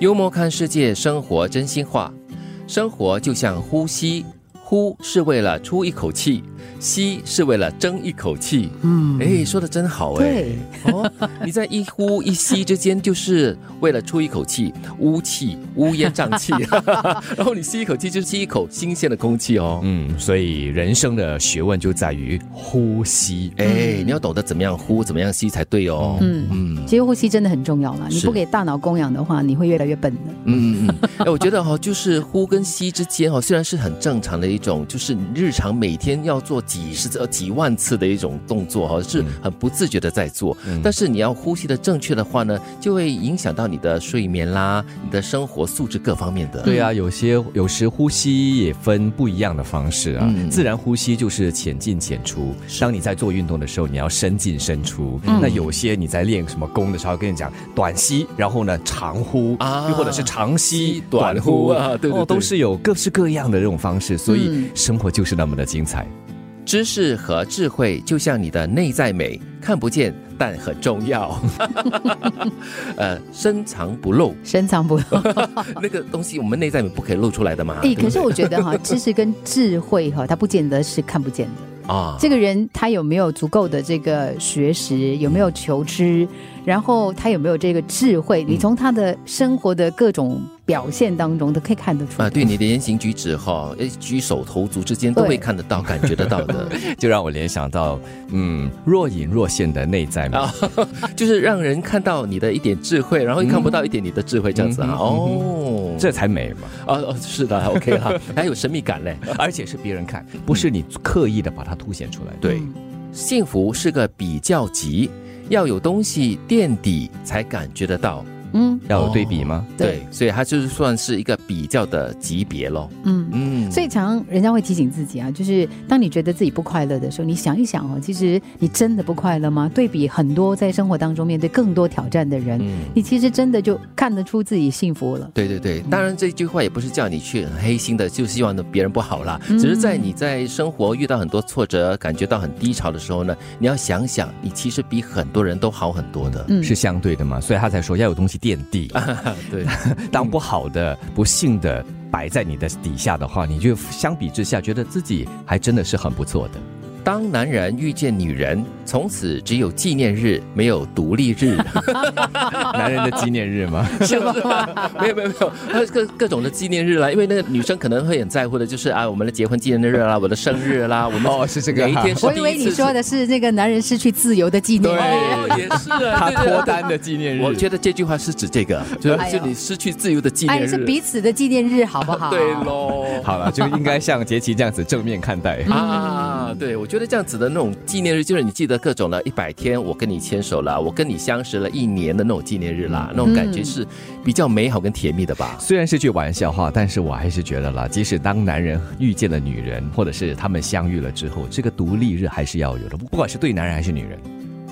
幽默看世界，生活真心话。生活就像呼吸，呼是为了出一口气，吸是为了争一口气。嗯，哎，说的真好哎！对，哦，你在一呼一吸之间，就是为了出一口气，污气、乌烟瘴 气，然后你吸一口气，就吸一口新鲜的空气哦。嗯，所以人生的学问就在于呼吸。哎，你要懂得怎么样呼，怎么样吸才对哦。嗯嗯其实呼吸真的很重要啦，你是不给大脑供氧的话，你会越来越笨的。嗯嗯嗯，哎，我觉得哈、就是呼跟吸之间哈、虽然是很正常的一种，就是你日常每天要做几十次、呃几万次的一种动作哈、是很不自觉的在做。但是你要呼吸的正确的话呢，就会影响到你的睡眠啦、你的生活素质各方面的。对啊，有些有时呼吸也分不一样的方式啊。嗯自然呼吸就是浅进浅出，当你在做运动的时候，你要深进深出。嗯那有些你在练什么功的时候，跟你讲短吸，然后呢长呼啊又或者是长吸吸短呼啊对对哦都对是有各式各样的这种方式，所以嗯生活就是那么的精彩。知识和智慧就像你的内在美，看不见但很重要。 呃，深藏不露，深 藏不露。那个东西我们内在美不可以露出来的嘛。哎，对不可是对我觉 得哈，知识跟智慧哈，它不见得是看不见的。啊，这个人他有没有足够的这个学识，有没有求知，然后他有没有这个智慧，嗯你从他的生活的各种表现当中都可以看得出啊，来。对你的言行举止哈，诶，举手投足之间都对会看得到、感觉得到 的，就让我联想到，嗯，若隐若现的内在美。啊就是让人看到你的一点智慧，然后又看不到一点你的智慧，这样子啊。嗯哦，这才美嘛，啊哦，是的，OK 啦，还有神秘感嘞。而且是别人看，不是你嗯刻意的把它凸显出来的。对，嗯幸福是个比较级，要有东西垫底才感觉得到。嗯要有对比吗？对对，所以它就是算是一个比较的级别咯。嗯。嗯，所以常人家会提醒自己啊，就是当你觉得自己不快乐的时候，你想一想哦，其实你真的不快乐吗？对比很多在生活当中面对更多挑战的人，嗯。你其实真的就看得出自己幸福了。对对对，当然这句话也不是叫你去很黑心的，就希望别人不好啦。嗯只是在你在生活遇到很多挫折、感觉到很低潮的时候呢，你要想想，你其实比很多人都好很多的。嗯是相对的嘛，所以他才说要有东西垫底。对， 当不好的、不幸的摆在你的底下的话，你就相比之下觉得自己还真的是很不错的。 当男人遇见女人，从此只有纪念日，没有独立 日，男人的纪念日嘛，是吧？没有没有没有，还有各各种的纪念日啦，因为那个女生可能会很在乎的，就是啊，我们的结婚纪念日啦，我的生日啦，我们 哦是这个哪一天是我第以一为你次说的是那个男人失去自由的纪念日。哎哦，也是啊， 他对对脱对单的纪念日。我觉得这句话是指这个，就是哎呦就你失去自由的纪念哎，日，是彼此啊的纪念日，好不 好？对喽。好了，就应该像杰奇这样子正面看待。嗯啊，对，我觉得这样子的那种纪念日，就是你记得各种的一百天，我跟你牵手了，我跟你相识了一年的那种纪念日嗯啦，那种感觉是比较美好跟甜蜜的吧。虽然是句玩笑话，但是我还是觉得啦，即使当男人遇见了女人，或者是他们相遇了之后，这个独立日还是要有的，不管是对男人还是女人。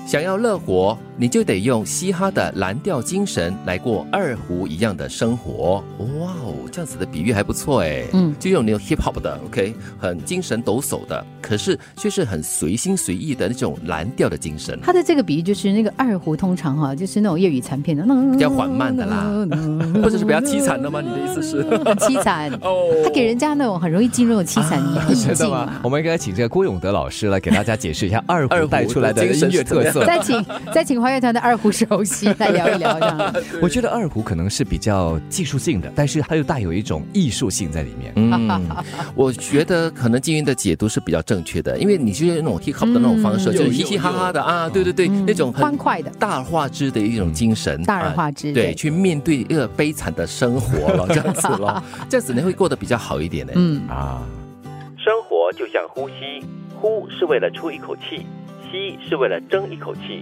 想要乐活，你就得用嘻哈的蓝调精神来过二胡一样的生活。哇哦，这样子的比喻还不错哎。嗯就用那种 hip hop 的，OK，很精神抖擞的，可是却是很随心随意的那种蓝调的精神。他的这个比喻就是那个二胡，通常哈、就是那种粤语残片的，比较缓慢的 啦，或者是比较凄惨的吗？你的意思是？很凄惨。 哦，他给人家那种很容易进入凄惨啊意 真的境吗嘛？我。们应该请这个郭永德老师来给大家解释一下二二胡胡带出来的的精神音乐特是怎色 么。再请再请花乐团的二胡首席来聊一聊，这样。我觉得二胡可能是比较技术性的，但是它又带有一种艺术性在里面。嗯，我觉得可能金云的解读是比较正确的，因为你就是那种 hip hop 的那种方式，嗯就是有嗯嘻嘻哈哈的啊，对对对，那种嗯欢很快的，大而化之的一种精神，大而啊化之。对，，去面对一个悲惨的生活 了，这样子咯，这样子你会过得比较好一点呢。嗯，啊，生活就像呼吸，呼是为了出一口气，吸是为了争一口气。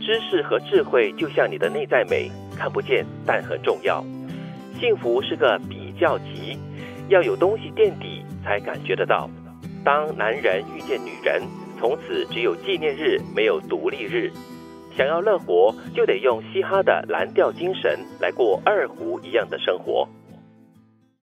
知识和智慧就像你的内在美，看不见但很重要。幸福是个比较级，要有东西垫底才感觉得到。当男人遇见女人，从此只有纪念日，没有独立日。想要乐活，就得用嘻哈的蓝调精神来过二胡一样的生活。